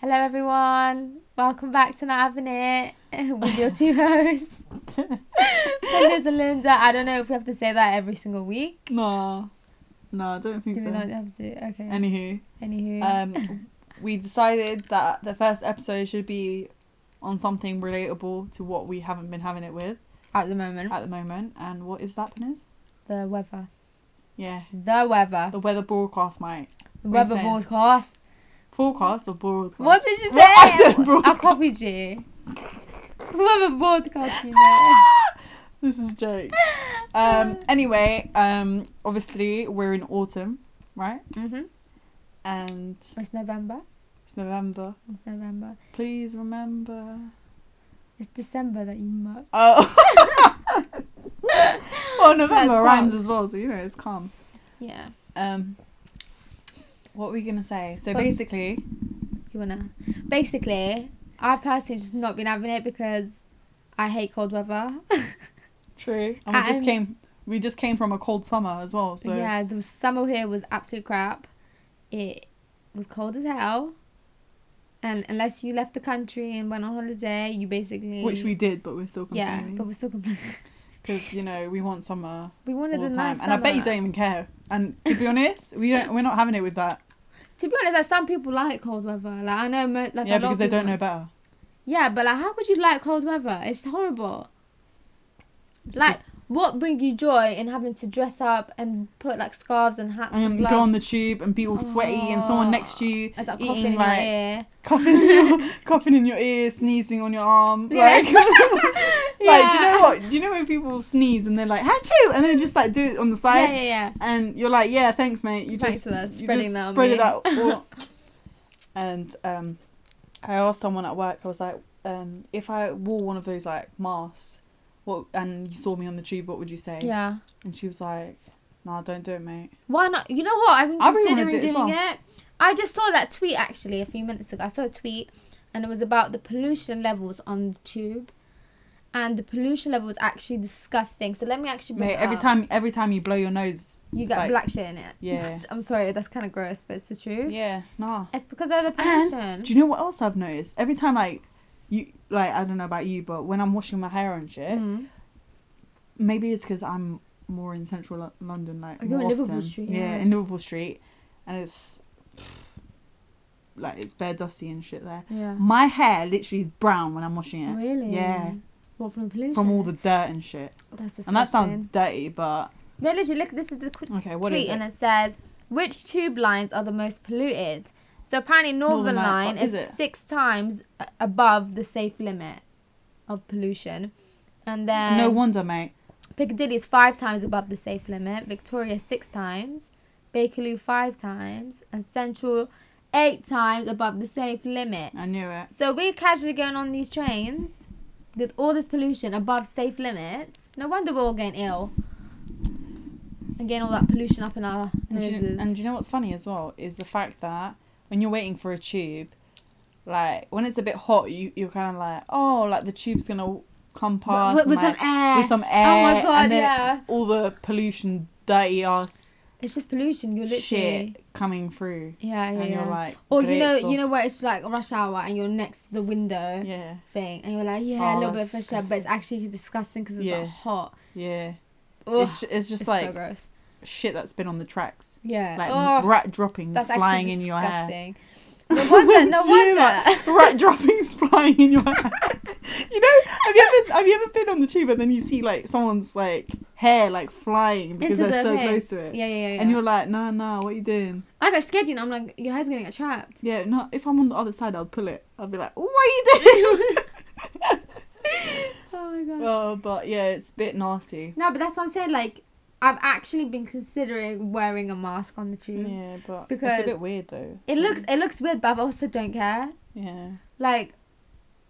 Hello, everyone. Welcome back to Not Having It with your two hosts, Linda's and Linda. I don't know if we have to say that every single week. No, no, I don't think Do we so. not have to? Okay. Anywho, Anywho. um, we decided that the first episode should be on something relatable to what we haven't been having it with at the moment, at the moment. And what is that, Pinners? the weather. Yeah, The weather. the weather broadcast, mate. The what are you weather saying? broadcast. Forecast or broadcast? What did you say? Well, I said I broadcast. copied you. The weather broadcast, you know. This is joke. Um, anyway, um, obviously we're in autumn, right? hmm And It's November. it's November. It's November. Please remember. It's December that you muck. Oh. well, November That rhymes sucks. as well, so you know it's calm. Yeah. Um, what were you gonna say? So Well- basically, Do you wanna? Basically, I personally just not been having it because I hate cold weather. true. And we just And- came. We just came from a cold summer as well. So yeah, the summer here was absolute crap. It was cold as hell. And unless you left the country and went on holiday, you basically which we did, but we're still yeah, complaining but we're still complaining. because you know we want summer We all wanted the a time, nice and I bet you summer. don't even care. And to be honest, we don't. We're not having it with that. To be honest, like some people like cold weather. Like I know, mo- like yeah, a lot because of they people don't know better. Yeah, but like, how could you like cold weather? It's horrible. It's like, just- what brings you joy in having to dress up and put like scarves and hats and and gloves? um, go on the tube and be all sweaty, and someone next to you It's like eating, coughing in like, your ear. coughing, in your, coughing in your ear, sneezing on your arm, like. Like, do you know what? Do you know when people sneeze and they're like, "Hachoo!" and then just like do it on the side, Yeah, yeah, yeah. and you're like, "Yeah, thanks, mate." You Thanks just for that, you spreading just that on spread me. it out. all- and um, I asked someone at work. I was like, um, "If I wore one of those like masks, what?" And you saw me on the tube, what would you say? Yeah. And she was like, "Nah, don't do it, mate." Why not? You know what? I've been I really wanna considering do it as doing well. it. I just saw that tweet actually a few minutes ago. I saw a tweet and it was about the pollution levels on the tube. And the pollution level is actually disgusting. So let me actually bring Mate, it every up. time, every time you blow your nose, you it's get like- black shit in it. Yeah. I'm sorry, that's kind of gross, but it's the truth. yeah, nah. It's because of the And pollution. do you know what else I've noticed? Every time, like, you like, I don't know about you, but when I'm washing my hair and shit. Mm. maybe it's because I'm more in central Lo- London, like Like, you're more in Liverpool often. Street, Yeah. yeah. in Liverpool Street, and it's like it's bare dusty and shit there. Yeah. My hair literally is brown when I'm washing it. Really? Yeah, What from the pollution? from all the dirt and shit. Oh, that's disgusting. And that sounds dirty, but No, literally, look. This is the qu- okay. What tweet, is and it? it says which tube lines are the most polluted. So apparently, Northern, Northern Line, Line what is, is it? six times a- above the safe limit of pollution, and then no wonder, mate. Piccadilly is five times above the safe limit. Victoria six times, Bakerloo five times, and Central eight times above the safe limit. I knew it. So we're casually going on these trains with all this pollution above safe limits. No wonder we're all getting ill. And getting all that pollution up in our And do, you, noses. and do you know what's funny as well is the fact that when you're waiting for a tube, like when it's a bit hot, you you're kind of like, oh, like the tube's gonna come past with, and, with like, some air. with some air. oh my god, and then yeah. All the pollution, dirty ass It's just pollution. You're literally. shit coming through, Yeah, yeah. and yeah. you're like, or you "Great know, stuff." you know where it's like rush hour and you're next to the window yeah, thing, and you're like, yeah, a Oh, little bit of that's fresh air, but it's actually disgusting because it's Yeah. like hot. yeah. Ugh, it's ju- it's just it's like so gross. shit that's been on the tracks, Yeah. like Ugh, rat droppings that's flying actually in your hair. disgusting. No wonder. No Do you know wonder. that? rat droppings flying in your hair. You know, have you ever have you ever been on the tube and then you see like someone's like hair like flying because Into they're the so thing. close to it, Yeah, yeah, yeah. and you're like, nah, nah, what are you doing? I got scared, you know. I'm like, your hair's gonna get trapped. Yeah, no. If I'm on the other side, I'll pull it. I'll be like, what are you doing? Oh my god. Oh, but yeah, it's a bit nasty. no, but that's what I'm saying. Like, I've actually been considering wearing a mask on the tube. Yeah, but it's Because- a bit weird though. It looks it looks weird, but I also don't care. Yeah. Like,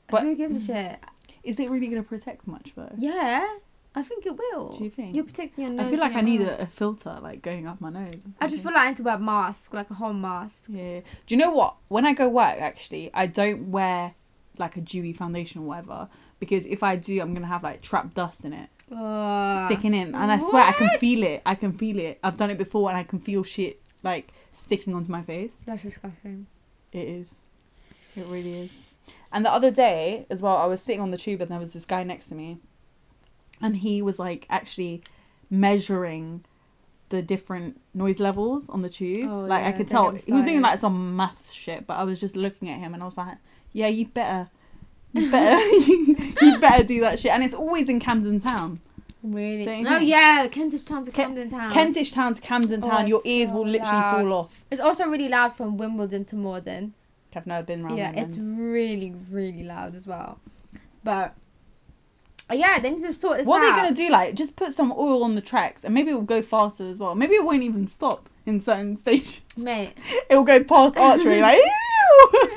But- who gives a shit? Is it really gonna protect much though? Yeah, I think it will. Do you think? You're protecting your nose. I feel like I and your need mouth. a, a filter like going up my nose. or I just something. feel like I need to wear a mask, like a whole mask. Yeah. Do you know what? When I go work, actually, I don't wear like a dewy foundation or whatever because if I do, I'm gonna have like trapped dust in it Ugh. sticking in, and I swear I can Uh, what? feel it. I can feel it. I've done it before, and I can feel shit like sticking onto my face. That's disgusting. It is. It really is. And the other day as well, I was sitting on the tube and there was this guy next to me, and he was like actually measuring the different noise levels on the tube. Oh, like I yeah, could don't tell get me he was doing started. like some maths shit, but I was just looking at him and I was like, yeah, you better. You better, you better do that shit, and it's always in Camden Town, Really? Don't you No, think? yeah, Kentish Town to Ke- Camden Town. Kentish Town to Camden Ah. Oh, Town. your it's ears so will literally loud. fall off. It's also really loud from Wimbledon to Morden. I've never been around. yeah, them it's ends. really, really loud as well. But uh, yeah, they need to sort this What out. are they gonna do? Like, just put some oil on the tracks, and maybe it will go faster as well. Maybe it won't even stop in certain stations. mate? It will go past archery, like "Ew!"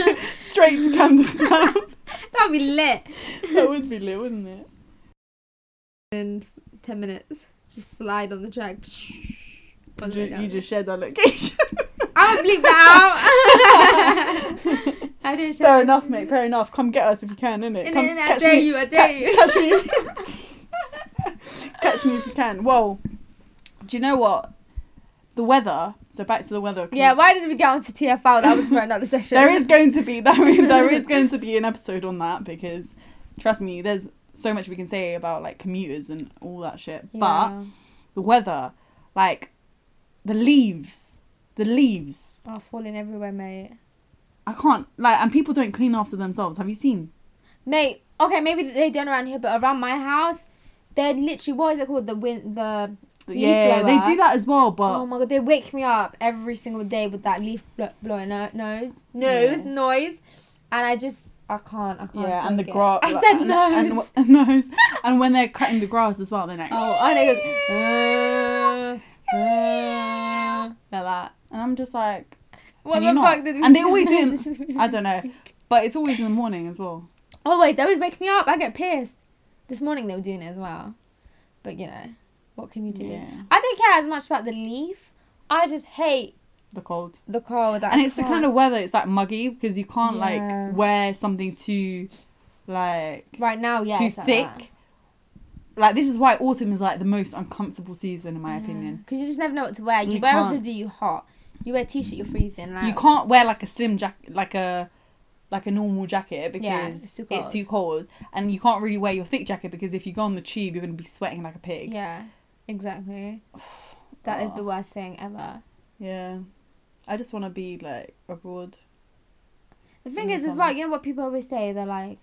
straight to Camden Town. That'd be lit. that would be lit, wouldn't it? In ten minutes, just slide on the track. All the Ju- way You, down. just shared that location. I would bleep that out. I didn't. fair enough, mate. Fair enough. Come get us if you can, innit? In, Come in, I dare me. you. I Ca- dare you. catch me. catch me if you can. Well, do you know what? The weather. So back to the weather. 'cause Yeah, why did we get onto TFL? That was for another session. There is going to be there is, there is going to be an episode on that because trust me, there's so much we can say about like commuters and all that shit. But Yeah. the weather, like the leaves, the leaves. oh, falling everywhere, mate. I can't like, and people don't clean after themselves. Have you seen? Mate, okay, maybe they don't around here, but around my house, they're literally what is it called? The wind, the Leaf yeah, they blower. do that as well. But oh my god, they wake me up every single day with that leaf blo- blowing no- nose, nose, Yeah. noise, and I just I can't, I can't. yeah, and the take it. grass. I said and, nose. and w- And, nose. and when they're cutting the grass as well, they're like. oh, and it goes. Uh, uh, like that. And I'm just like, What Can you the not? fuck did we And they always do- I don't know. But it's always in the morning as well. Always, they always wake me up. I get pissed. This morning they were doing it as well, but you know, what can you do? Yeah. I don't care as much about the leaf. I just hate The cold. the cold. I and it's the can't- kind of weather it's like muggy because you can't Yeah. like wear something too like right now, yeah, too it's like thick like this is why autumn is like the most uncomfortable season in my Mm. opinion because you just never know what to wear. You, You wear can't. a hoodie, you hot. You wear a t-shirt, you're freezing. Like, you can't wear like a slim jacket like a like a normal jacket because Yeah, it's, it's too too cold. and you can't really wear your thick jacket because if you go on the tube you're going to be sweating like a pig Yeah, exactly. That is the worst thing ever. yeah i just want to be like abroad The thing Mm, is, as fun. well, you know what people always say? They're like,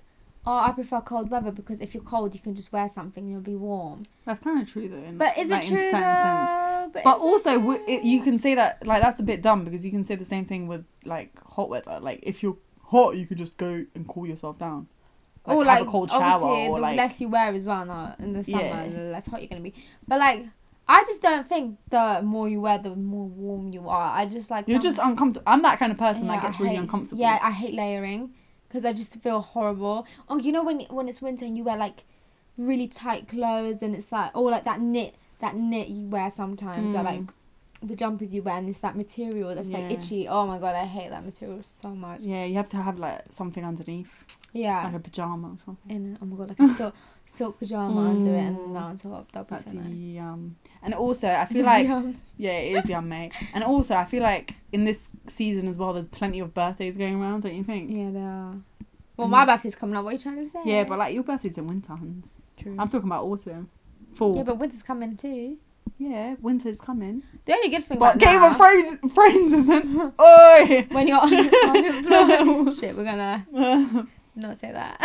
"Oh, I prefer cold weather because if you're cold, you can just wear something and you'll be warm." that's kind of true though in- But is like, it in true certain sense. though? But, But is it also, w- true? it, you can say that like that's a bit dumb because you can say the same thing with like hot weather. Like if you're hot, you can just go and cool yourself down. Like, or have like a cold obviously, shower or the like less you wear as well now in the summer, Yeah. the less hot you're gonna be. But like, I just don't think the more you wear, the more warm you are. I just like you're some- just uncomfortable. I'm that kind of person Yeah, that gets I really hate- uncomfortable. Yeah, I hate layering because I just feel horrible. Oh, you know when when it's winter and you wear like really tight clothes and it's like oh like that knit that knit you wear sometimes that like Mm. the jumpers you wear and it's that material that's like Yeah. itchy. Oh my god, I hate that material so much. yeah, you have to have like something underneath, Yeah. like a pajama or something. in it. Oh my god, like a silk, silk pajama under it and then Mm. that on top. That'd be That's so nice. yum. And also, I feel like Yum. yeah, it is yum, mate. And also, I feel like in this season as well, there's plenty of birthdays going around, don't you think? yeah, they are. Well, my Mm. birthday's coming up. What are you trying to say? Yeah, but like your birthday's in winter, Hans. true. I'm talking about autumn, fall. Mm. yeah, but winter's coming too. yeah winter's coming. The only good thing But about Game now, of Thrones, Thrones isn't. Oi! when you're un- unemployed, shit, we're gonna not say that.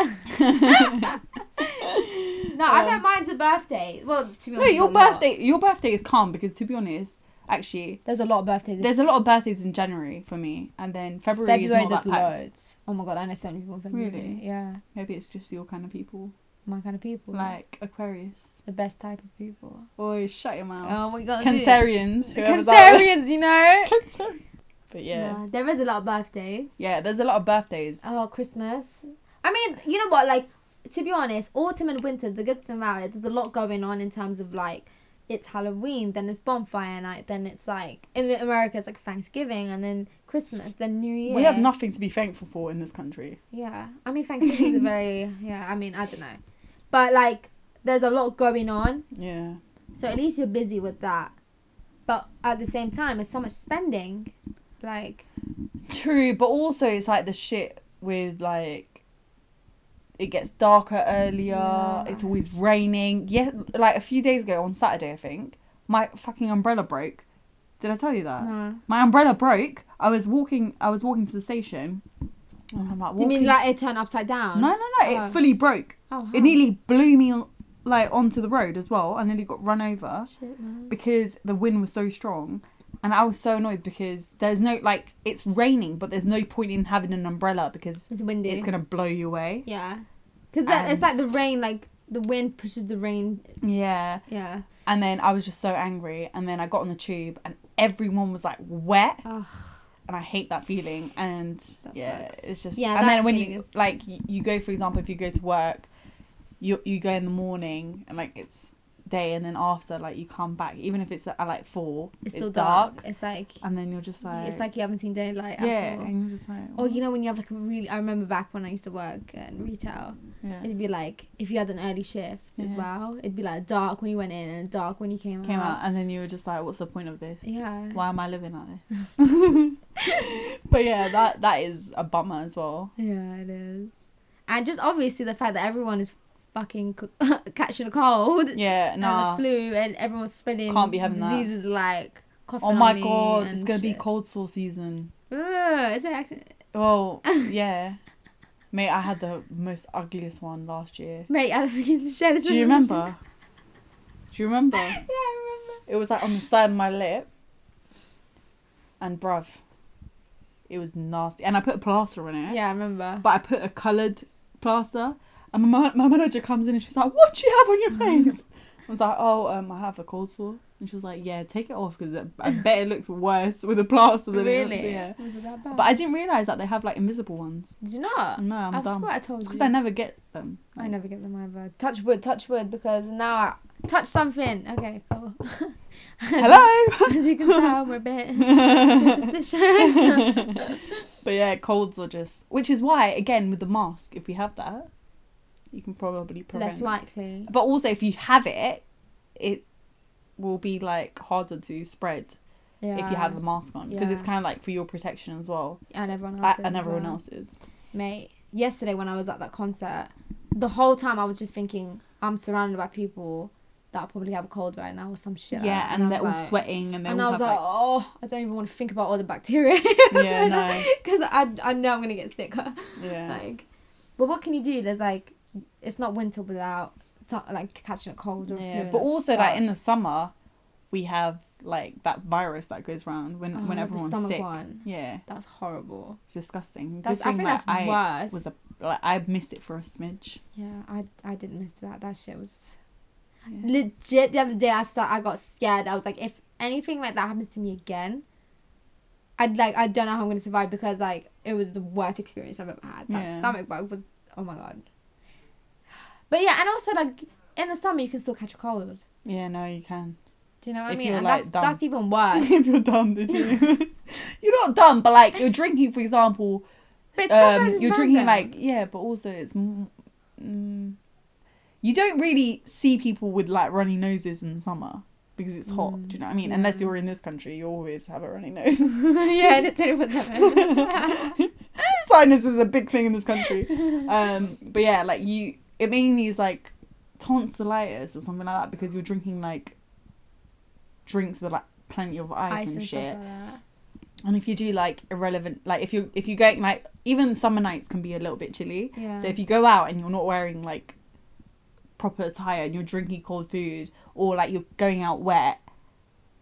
no, I don't mind the birthday. Well, to be no, honest, your a lot. birthday, your birthday is calm because to be honest, actually, There's a lot of birthdays. there's a lot of birthdays in January for me, and then February, February, is not there's that packed. loads. Oh my god, I know so many people in February. Really? Yeah, Maybe it's just your kind of people, my kind of people. like Aquarius. the best type of people. Oi, shut your mouth. Oh my god, Cancerians. whoever that is. Cancerians, you know. Cancer. But yeah. Yeah, there is a lot of birthdays. Yeah, there's a lot of birthdays. Oh, Christmas. I mean, you know what? Like, to be honest, autumn and winter, the good thing about it, there's a lot going on in terms of like, it's Halloween, then it's bonfire night, then it's like, in America, it's like Thanksgiving, and then Christmas, then New Year. We have nothing to be thankful for in this country. Yeah. I mean, Thanksgiving's a very, yeah, I mean, I don't know. But like, there's a lot going on, Yeah. so at least you're busy with that. But at the same time, it's so much spending. Like, True, but also it's like the shit with like it gets darker earlier. Yeah. It's always raining. Yeah, like a few days ago on Saturday, I think my fucking umbrella broke. Did I tell you that? Nah. My umbrella broke. I was walking. I was walking to the station, and I'm like, Do you walking. mean like it turned upside down? no, no, no! Oh. It fully broke. Oh, huh. It nearly blew me on- like onto the road as well. I nearly got run over Shit, man. because the wind was so strong and I was so annoyed because there's no like it's raining but there's no point in having an umbrella because It's windy. it's gonna blow you away. Yeah. Because it's And- like the rain, like the wind pushes the rain. Yeah. Yeah. And then I was just so angry and then I got on the tube and everyone was like wet Ugh. and I hate that feeling and That yeah, sucks. it's just Yeah, and that then when feeling you is- like you, you go for example if you go to work you you go in the morning and like it's day and then after like you come back even if it's at like 4 It's still dark. It's like, and then you're just like it's like you haven't seen daylight yeah at all. and you're just like Or you know when you have like a really I remember back when I used to work in retail, yeah. it'd be like if you had an early shift as Yeah. well, it'd be like dark when you went in and dark when you came, came out, and then you were just like, "What's the point of this? Yeah. Why am I living like this?" but yeah, that that is a bummer as well. Yeah, it is. And just obviously the fact that everyone is fucking c- catching a cold Yeah, nah. and the flu and everyone's spreading Can't be having that. diseases like coughing oh my on me god, it's and gonna be shit. cold sore season. Ugh, is it actually? Well, yeah, mate, I had the most ugliest one last year. Mate, I freaking shed it. Do you remember? Do you remember? yeah, I remember. It was like on the side of my lip, and bruv, it was nasty. And I put a plaster on it. Yeah, I remember. but I put a coloured plaster. And my, ma- my manager comes in and she's like, "What do you have on your face?" I was like, "Oh, um, I have a cold sore." And she was like, "Yeah, take it off because I bet it looks worse with a plaster than it really? Yeah. Was it that bad? But I didn't realize that they have like invisible ones. Did you not? No, I'm Uh, I dumb. swear I told you. Because I never get them. I never get them either. Touch wood, touch wood, because now I touch something. Okay, cool. Hello. As you can tell, we're a bit superstitious. but yeah, colds are just. Which is why, again, with the mask, if we have that, you can probably prevent. Less likely. But also, if you have it, it will be like harder to spread Yeah. if you have the mask on because it's Yeah. kind of like for your protection as well and everyone a- else. and everyone else's. Mate, yesterday when I was at that concert, the whole time I was just thinking, I'm surrounded by people that probably have a cold right now or some shit. Yeah, like that. and, I they're was all like- sweating and they And I all was have like, like, oh, I don't even want to think about all the bacteria. yeah, no, Because I, I know I'm going to get sick. yeah, Like, but what can you do? There's like, it's not winter without so, like catching a cold or a yeah. flu. But that also, like in the sucks. summer, we have like that virus that goes round when when Oh, everyone's the stomach sick. one. Yeah, That's horrible. it's disgusting. That's, Good I thing, think like, that's worse. was a like I missed it for a smidge. Yeah, I I didn't miss that. That shit was Yeah. legit. The other day, I start, I got scared. I was like, if anything like that happens to me again, I'd like I don't know how I'm gonna survive because like it was the worst experience I've ever had. That Yeah. stomach bug was oh my god. But yeah, and also like in the summer you can still catch a cold. Yeah, no, you can. Do you know what I If mean? you're, And like, that's dumb. that's even worse. if you're dumb, did you? you're not dumb, but like you're drinking, for example, But it's sometimes um, it's you're drinking random. like yeah, but also it's m- mm, you don't really see people with like runny noses in the summer because it's hot. Mm, do you know what I mean? yeah. Unless you're in this country, you always have a runny nose. yeah, literally was Sinus is a big thing in this country. Um, but yeah, like you, it mainly is like tonsillitis or something like that because you're drinking like drinks with like plenty of ice, and, shit. And if you do like irrelevant, like if you if you go like even summer nights can be a little bit chilly. Yeah. So if you go out and you're not wearing like proper attire and you're drinking cold food or like you're going out wet,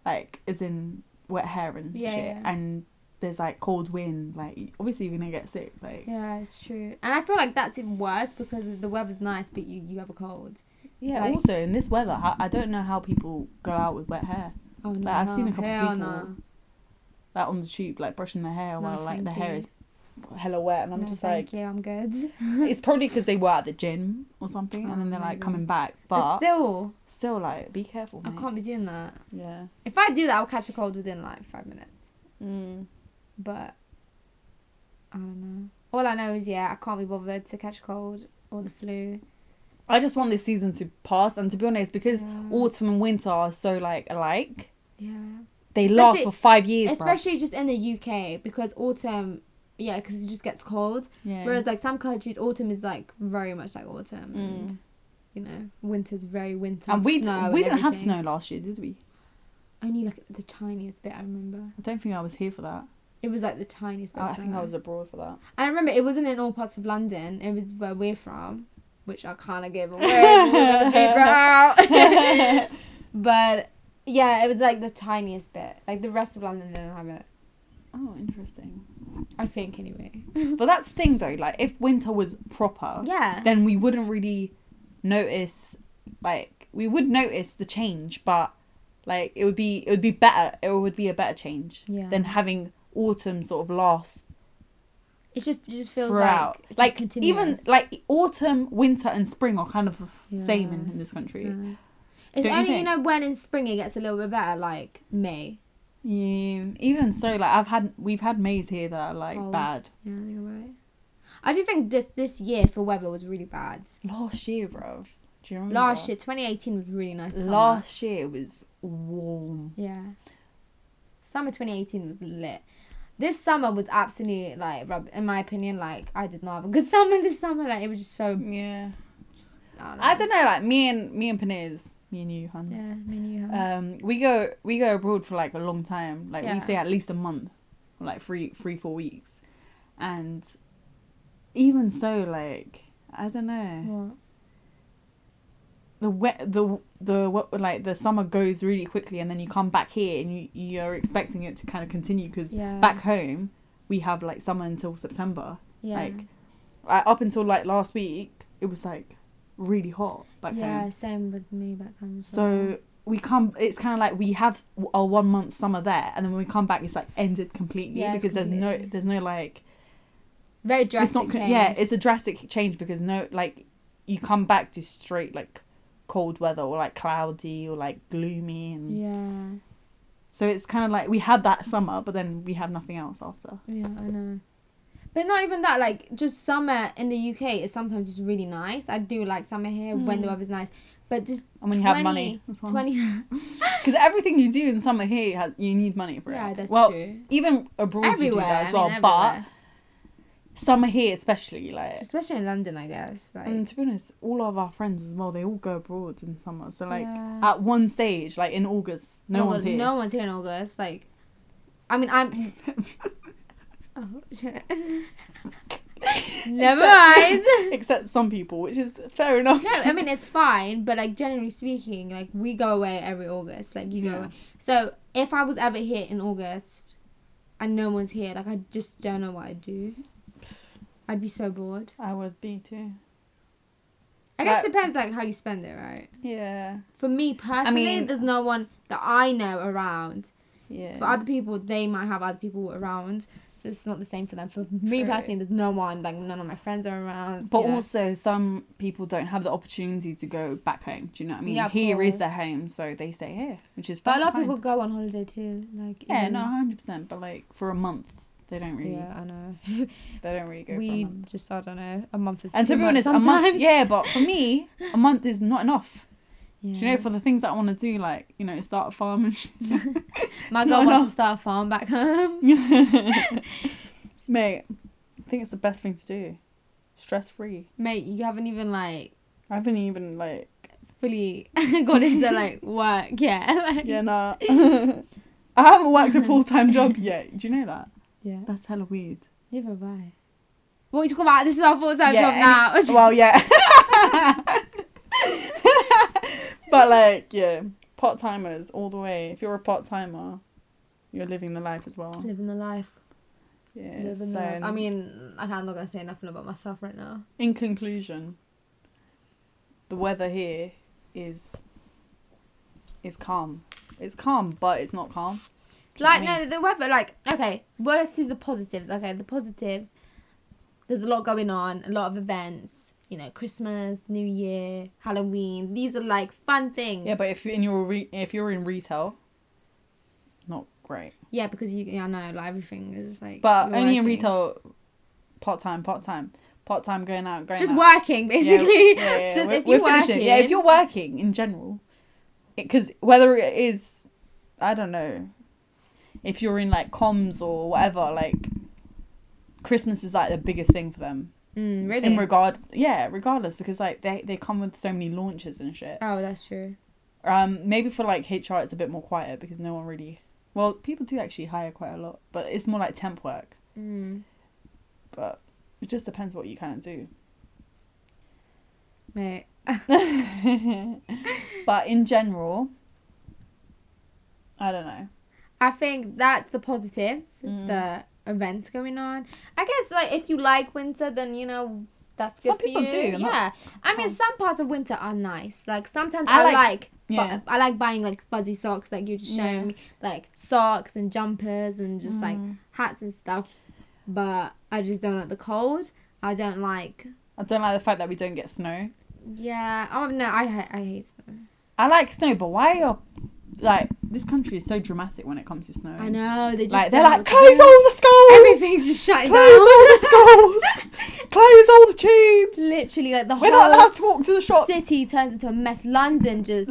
like as in wet hair and Yeah, shit, yeah. and there's like cold wind, like obviously you're gonna get sick. Like yeah, Yeah, it's true. And I feel like that's even worse because the weather's nice, but you, you have a cold. like- also in this weather, I, I don't know how people go out with wet hair, Oh no. Like, I've seen a couple hell people no. like on the tube, like brushing their hair No, while like the thank hair you. is hella wet, and I'm No, just like. thank you, I'm good. it's probably because they were at the gym or something, and then they're like Maybe. coming back. But, But still, still, like, be careful. I mate. can't be doing that. Yeah. If I do that, I'll catch a cold within like five minutes. Mm. But I don't know. All I know is yeah, I can't be bothered to catch a cold or the flu. I just want this Mm. season to pass, and to be honest, because Yeah. autumn and winter are so like alike, Yeah. They last Especially- for five years, bruv. especially just in the UK because autumn, yeah, because it just gets cold. Yeah. Whereas like some countries, autumn is like very much like autumn, and Mm. you know, winter's very winter. and we d- snow and we didn't have everything. snow last year, did we? Only like the tiniest bit. I remember I don't think I was here for that. it was like the tiniest bit. I, of I think I snow. was abroad for that. I remember it wasn't in all parts of London. It was where we're from, which I kind of gave away. but we're gonna beep it out. but yeah, it was like the tiniest bit. Like the rest of London didn't have it. Oh, interesting. I think anyway. But that's the thing though. Like, if winter was proper, Yeah. then we wouldn't really notice. Like, we would notice the change, but like it would be it would be better. It would be a better change Yeah. than having autumn sort of last It just it just feels throughout. like Like, even like autumn, winter, and spring are kind of the same in, Yeah. in this country. Yeah. It's Don't you only you, think? know when in spring it gets a little bit better, like May. Yeah. Even so, like I've had we've had Mays here that are like Cold. bad. Yeah, I think you're right. I do think this this year for weather was really bad. Last year, bruv. Do you remember? Last year, 2018 was really nice. for summer. Last year was warm. Yeah. Summer 2018 was lit. This summer was absolutely like, rub- in my opinion, like I did not have a good summer this summer. Like it was just so. Yeah. I don't know. I don't know, like me and me and Panez, me and you, Hans. Yeah, me and you have. Um, we go we go abroad for like a long time. Like Yeah. we stay at least a month, or, like three three four weeks, and even so, like I don't know, What? the wet the the what like the summer goes really quickly, and then you come back here and you you're expecting it to kind of continue because Yeah. back home we have like summer until September. Yeah. Like, like up until like last week, it was like really hot back home. yeah, same with me back home. as well. So we come. It's kind of like we have our one month summer there, and then when we come back, it's like ended completely Yeah, it's because there's no, completely- there's no like. very drastic it's not. con- change. Yeah, it's a drastic change because no, like, you come back to straight like cold weather or like cloudy or like gloomy, and yeah. so it's kind of like we had that summer, but then we have nothing else after. Yeah, I know. But not even that, like just summer in the UK is sometimes just really nice. I do like summer here when the Mm. weather's nice. But just And when you have money, because 20 everything you do in summer here, has, you need money for it. Yeah, that's well, true. even abroad you do Everywhere, that as I well, mean, but everywhere. summer here especially like especially in London, I guess. Like And to be honest, all of our friends as well, they all go abroad in summer. So like Yeah. at one stage, like in August, no Oh, one's God, here. No one's here in August. Like, I mean, I'm. oh, shit. Never mind. Except some people, which is fair enough. No, I mean it's fine, but like generally speaking, like we go away every August. Like you go Yeah. away. So if I was ever here in August and no one's here, like I just don't know what I'd do. I'd be so bored. I would be too. I guess Like- it depends like how you spend it, right? Yeah. For me personally, mean- there's no one that I know around. Yeah. For other people, they might have other people around. So it's not the same for them. For me True. personally, there's no one, like none of my friends are around. but you know. also some people don't have the opportunity to go back home. Do you know what I mean? Yeah, Here of is their course. home, so they stay here, which is But a fine- lot of fine. people go on holiday too. Like Yeah, even- no, hundred percent. But like for a month, they don't really, Yeah, I know. they don't really go. for a we month. just I don't know a month is And too to be much honest, sometimes. a month. Yeah, but for me, a month is not enough. Do you Yeah. know, for the things that I want to do, like, you know, start a farm and sh- my it's girl not wants enough. to start a farm back home. Mate, I think it's the best thing to do. Stress free. Mate, you haven't even like I haven't even, like, fully gone into like work yet. like, yeah, nah. I haven't worked a full time job yet. Do you know that? yeah. That's hella weird. Never mind. What are you talking about? This is our full time Yeah, job any- now. What you- Well, yeah. but, like, yeah, part timers all the way. If you're a part timer, you're living the life as well. Living the life. Yeah. living so, the life. I mean, I- I'm not gonna say nothing about myself right now. In conclusion, the weather here is is calm. It's calm, but it's not calm. Do you know Like what I mean? no, the weather. Like okay, let's do the positives. Okay, the positives. There's a lot going on, a lot of events. You know, Christmas, New Year, Halloween. These are like fun things. Yeah, but if you're in your re- if you're in retail, not great. yeah, because you, yeah, I know, like everything is like. But you're only in working. retail, part time, part time, part time, going out, going Just out. working, basically. Yeah, yeah, yeah, Just we're- if we're you're working. finishing. Yeah, if you're working in general, because whether it is, I don't know, if you're in like comms or whatever, like Christmas is like the biggest thing for them. Mm, really? In regard, yeah, regardless, because like they they come with so many launches and shit. oh, that's true. Um, maybe for like HR, it's a bit more quiet because no one really. Well, people do actually hire quite a lot, but it's more like temp work. Mm, But it just depends what you kind of do. mate. But in general, I don't know. I think that's the positives, Mm. the events going on. I guess like if you like winter, then you know that's good Some for people you. do, and yeah, that's I mean fine. some parts of winter are nice. Like sometimes I I, like- like, Yeah. but I like buying like fuzzy socks, like you're just showing Yeah. me, like socks and jumpers and just like Mm. hats and stuff. But I just don't like the cold. I don't like. I don't like the fact that we don't get snow. Yeah. Oh no, I hate. I hate snow. I like snow, but why are like this country is so dramatic when it comes to snow? I know they just Like they're don't like know what to close do. all the schools. Everything's just shutting Close down. all the schools. close all the tubes. Literally, like the We're whole not allowed to walk to the shops. city turns into a mess. London just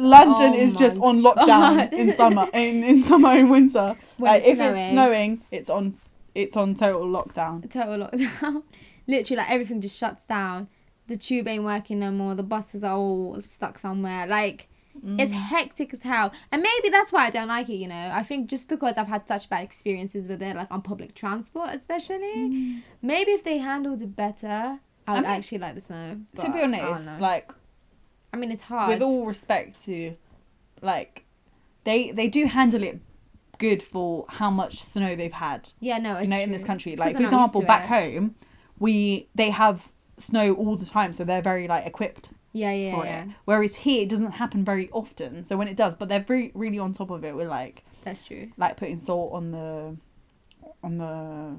oh London is just my on lockdown God. in summer, in, in summer and winter. When like it's if it's snowing. snowing, it's on it's on total lockdown. total lockdown. Literally, like everything just shuts down. The tube ain't working no more. The buses are all stuck somewhere. Like it's Mm. hectic as hell. And maybe that's why I don't like it. You know, I think just because I've had such bad experiences with it, like on public transport especially. Maybe if they handled it better, I would Mm. mean, actually like the snow. To but be I don't honest, know. like I mean, it's hard. with all respect to like they they do handle it good for how much snow they've had yeah, no, Oh, it's you know in true. this country It's 'cause like for they're not used example to back it. home we they have snow all the time so they're very like equipped Yeah, yeah, for yeah. it whereas here it doesn't happen very often so when it does but they're very really on top of it with like That's true. like putting salt on the on the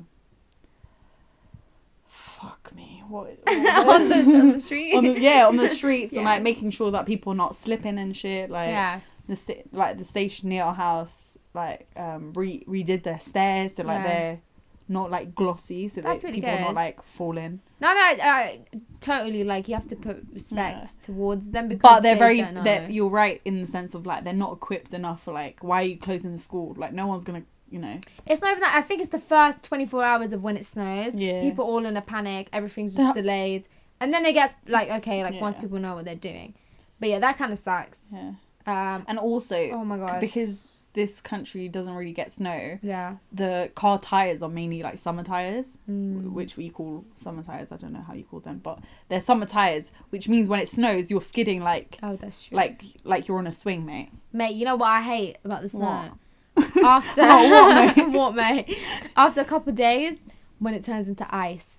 fuck me what, what on, the, on the street. on the, yeah on the streets and Yeah. like making sure that people are not slipping and shit like yeah. the sta- like the station near our house like um re- redid their stairs so like Yeah. they're not like glossy so that That's really people are not good. like falling No, no, I, I totally like you have to put respect towards them because but they're they very don't know. they're, you're right in the sense of like they're not equipped enough for like why are you closing the school like no one's gonna you know It's not even that. I think it's the first twenty four hours of when it snows. Yeah. People all in a panic. Everything's Yeah. just delayed, and then it gets like okay, like once Yeah. people know what they're doing. But yeah, that kind of sucks. yeah Um. and also Oh my gosh. because this country doesn't really get snow yeah. the car tires are mainly like summer tires w Mm. which we call summer tires i don't know how you call them but they're summer tires which means when it snows you're skidding like Oh, that's true. like like you're on a swing mate mate, you know what I hate about the snow? What? After Oh, what, mate? what, mate? After a couple of days, when it turns into ice.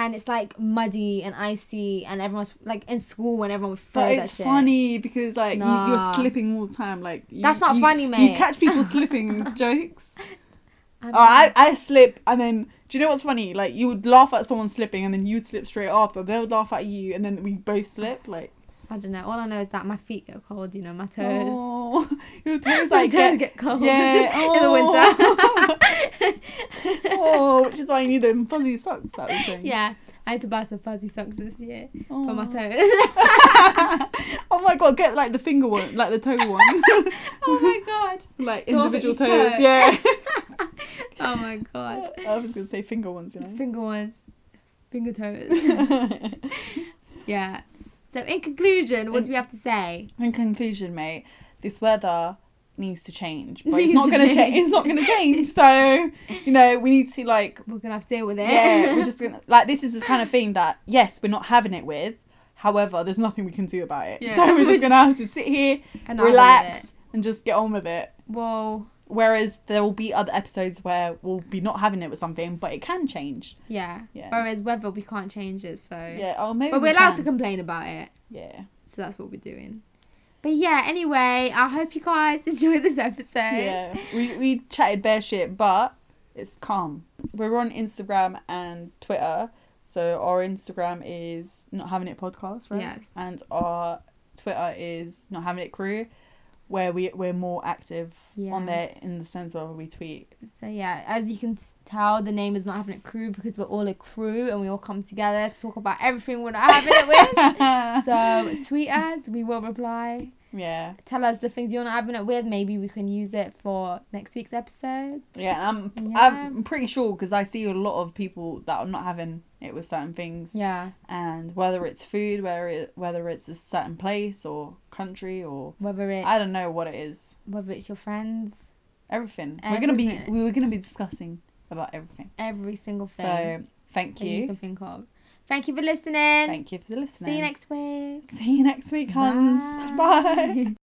And it's like muddy and icy, and everyone's like in school when everyone would throw But that it's shit. funny because like you, you're Nah. slipping all the time. Like you, That's not you- funny, You mate. catch people slipping. It's jokes. I Oh, I, I slip and then do you know what's funny? Like you would laugh at someone slipping and then you'd slip straight after. They would laugh at you and then we both slip. Like I don't know. All I know is that my feet get cold, you know, my toes. oh, your toes my like toes get, get, cold yeah, in the winter. oh, which is why you need them fuzzy socks. That was saying. yeah, I had to buy some fuzzy socks this year oh. for my toes. oh my god, get like the finger one, like the toe one, oh my god. like The one for individual each toes. toe. Yeah. Oh my god. I was gonna say finger ones, you know. Finger ones, finger toes. yeah. So in conclusion, what do we have to say? In conclusion, mate, this weather needs to change, but Needs it's not to gonna change. change. It's not gonna change. So you know, we need to like, We're gonna have to deal with it. yeah, we're just gonna like this is the kind of thing that yes, we're not having it with. However, there's nothing we can do about it. Yeah. So we're just gonna have to sit here, And I'll deal with relax, it. and just get on with it. Well, Whereas there will be other episodes where we'll be not having it with something, but it can change. yeah. Yeah. Whereas weather, we can't change it. So. Yeah. Oh, maybe. But we we're allowed to can. complain about it. Yeah. So that's what we're doing. But yeah, anyway, I hope you guys enjoyed this episode. Yeah, we, we chatted bare shit, but it's calm. We're on Instagram and Twitter. So our Instagram is not having it podcast, right? Yes. And our Twitter is not having it crew, where we we're more active on Yeah. there in the sense of we tweet. So yeah, as you can s- tell, the name is not having it crew because we're all a crew and we all come together to talk about everything we're not having it with. so tweet us, we will reply. We Yeah. Tell us the things you're not having it with. Maybe we can use it for next week's episode. Yeah, and I'm Yeah. I'm pretty sure because I see a lot of people that are not having it with certain things, Yeah. and whether it's food, whether it, whether it's a certain place or country or Whether it's I don't know what it is, Whether it's your friends, everything. We're gonna be Everything. we were gonna be discussing about everything. every single thing So thank that you. you, can think of. Thank you for listening. thank you for listening. See you next week. See you next week, Hans. Bye. Bye.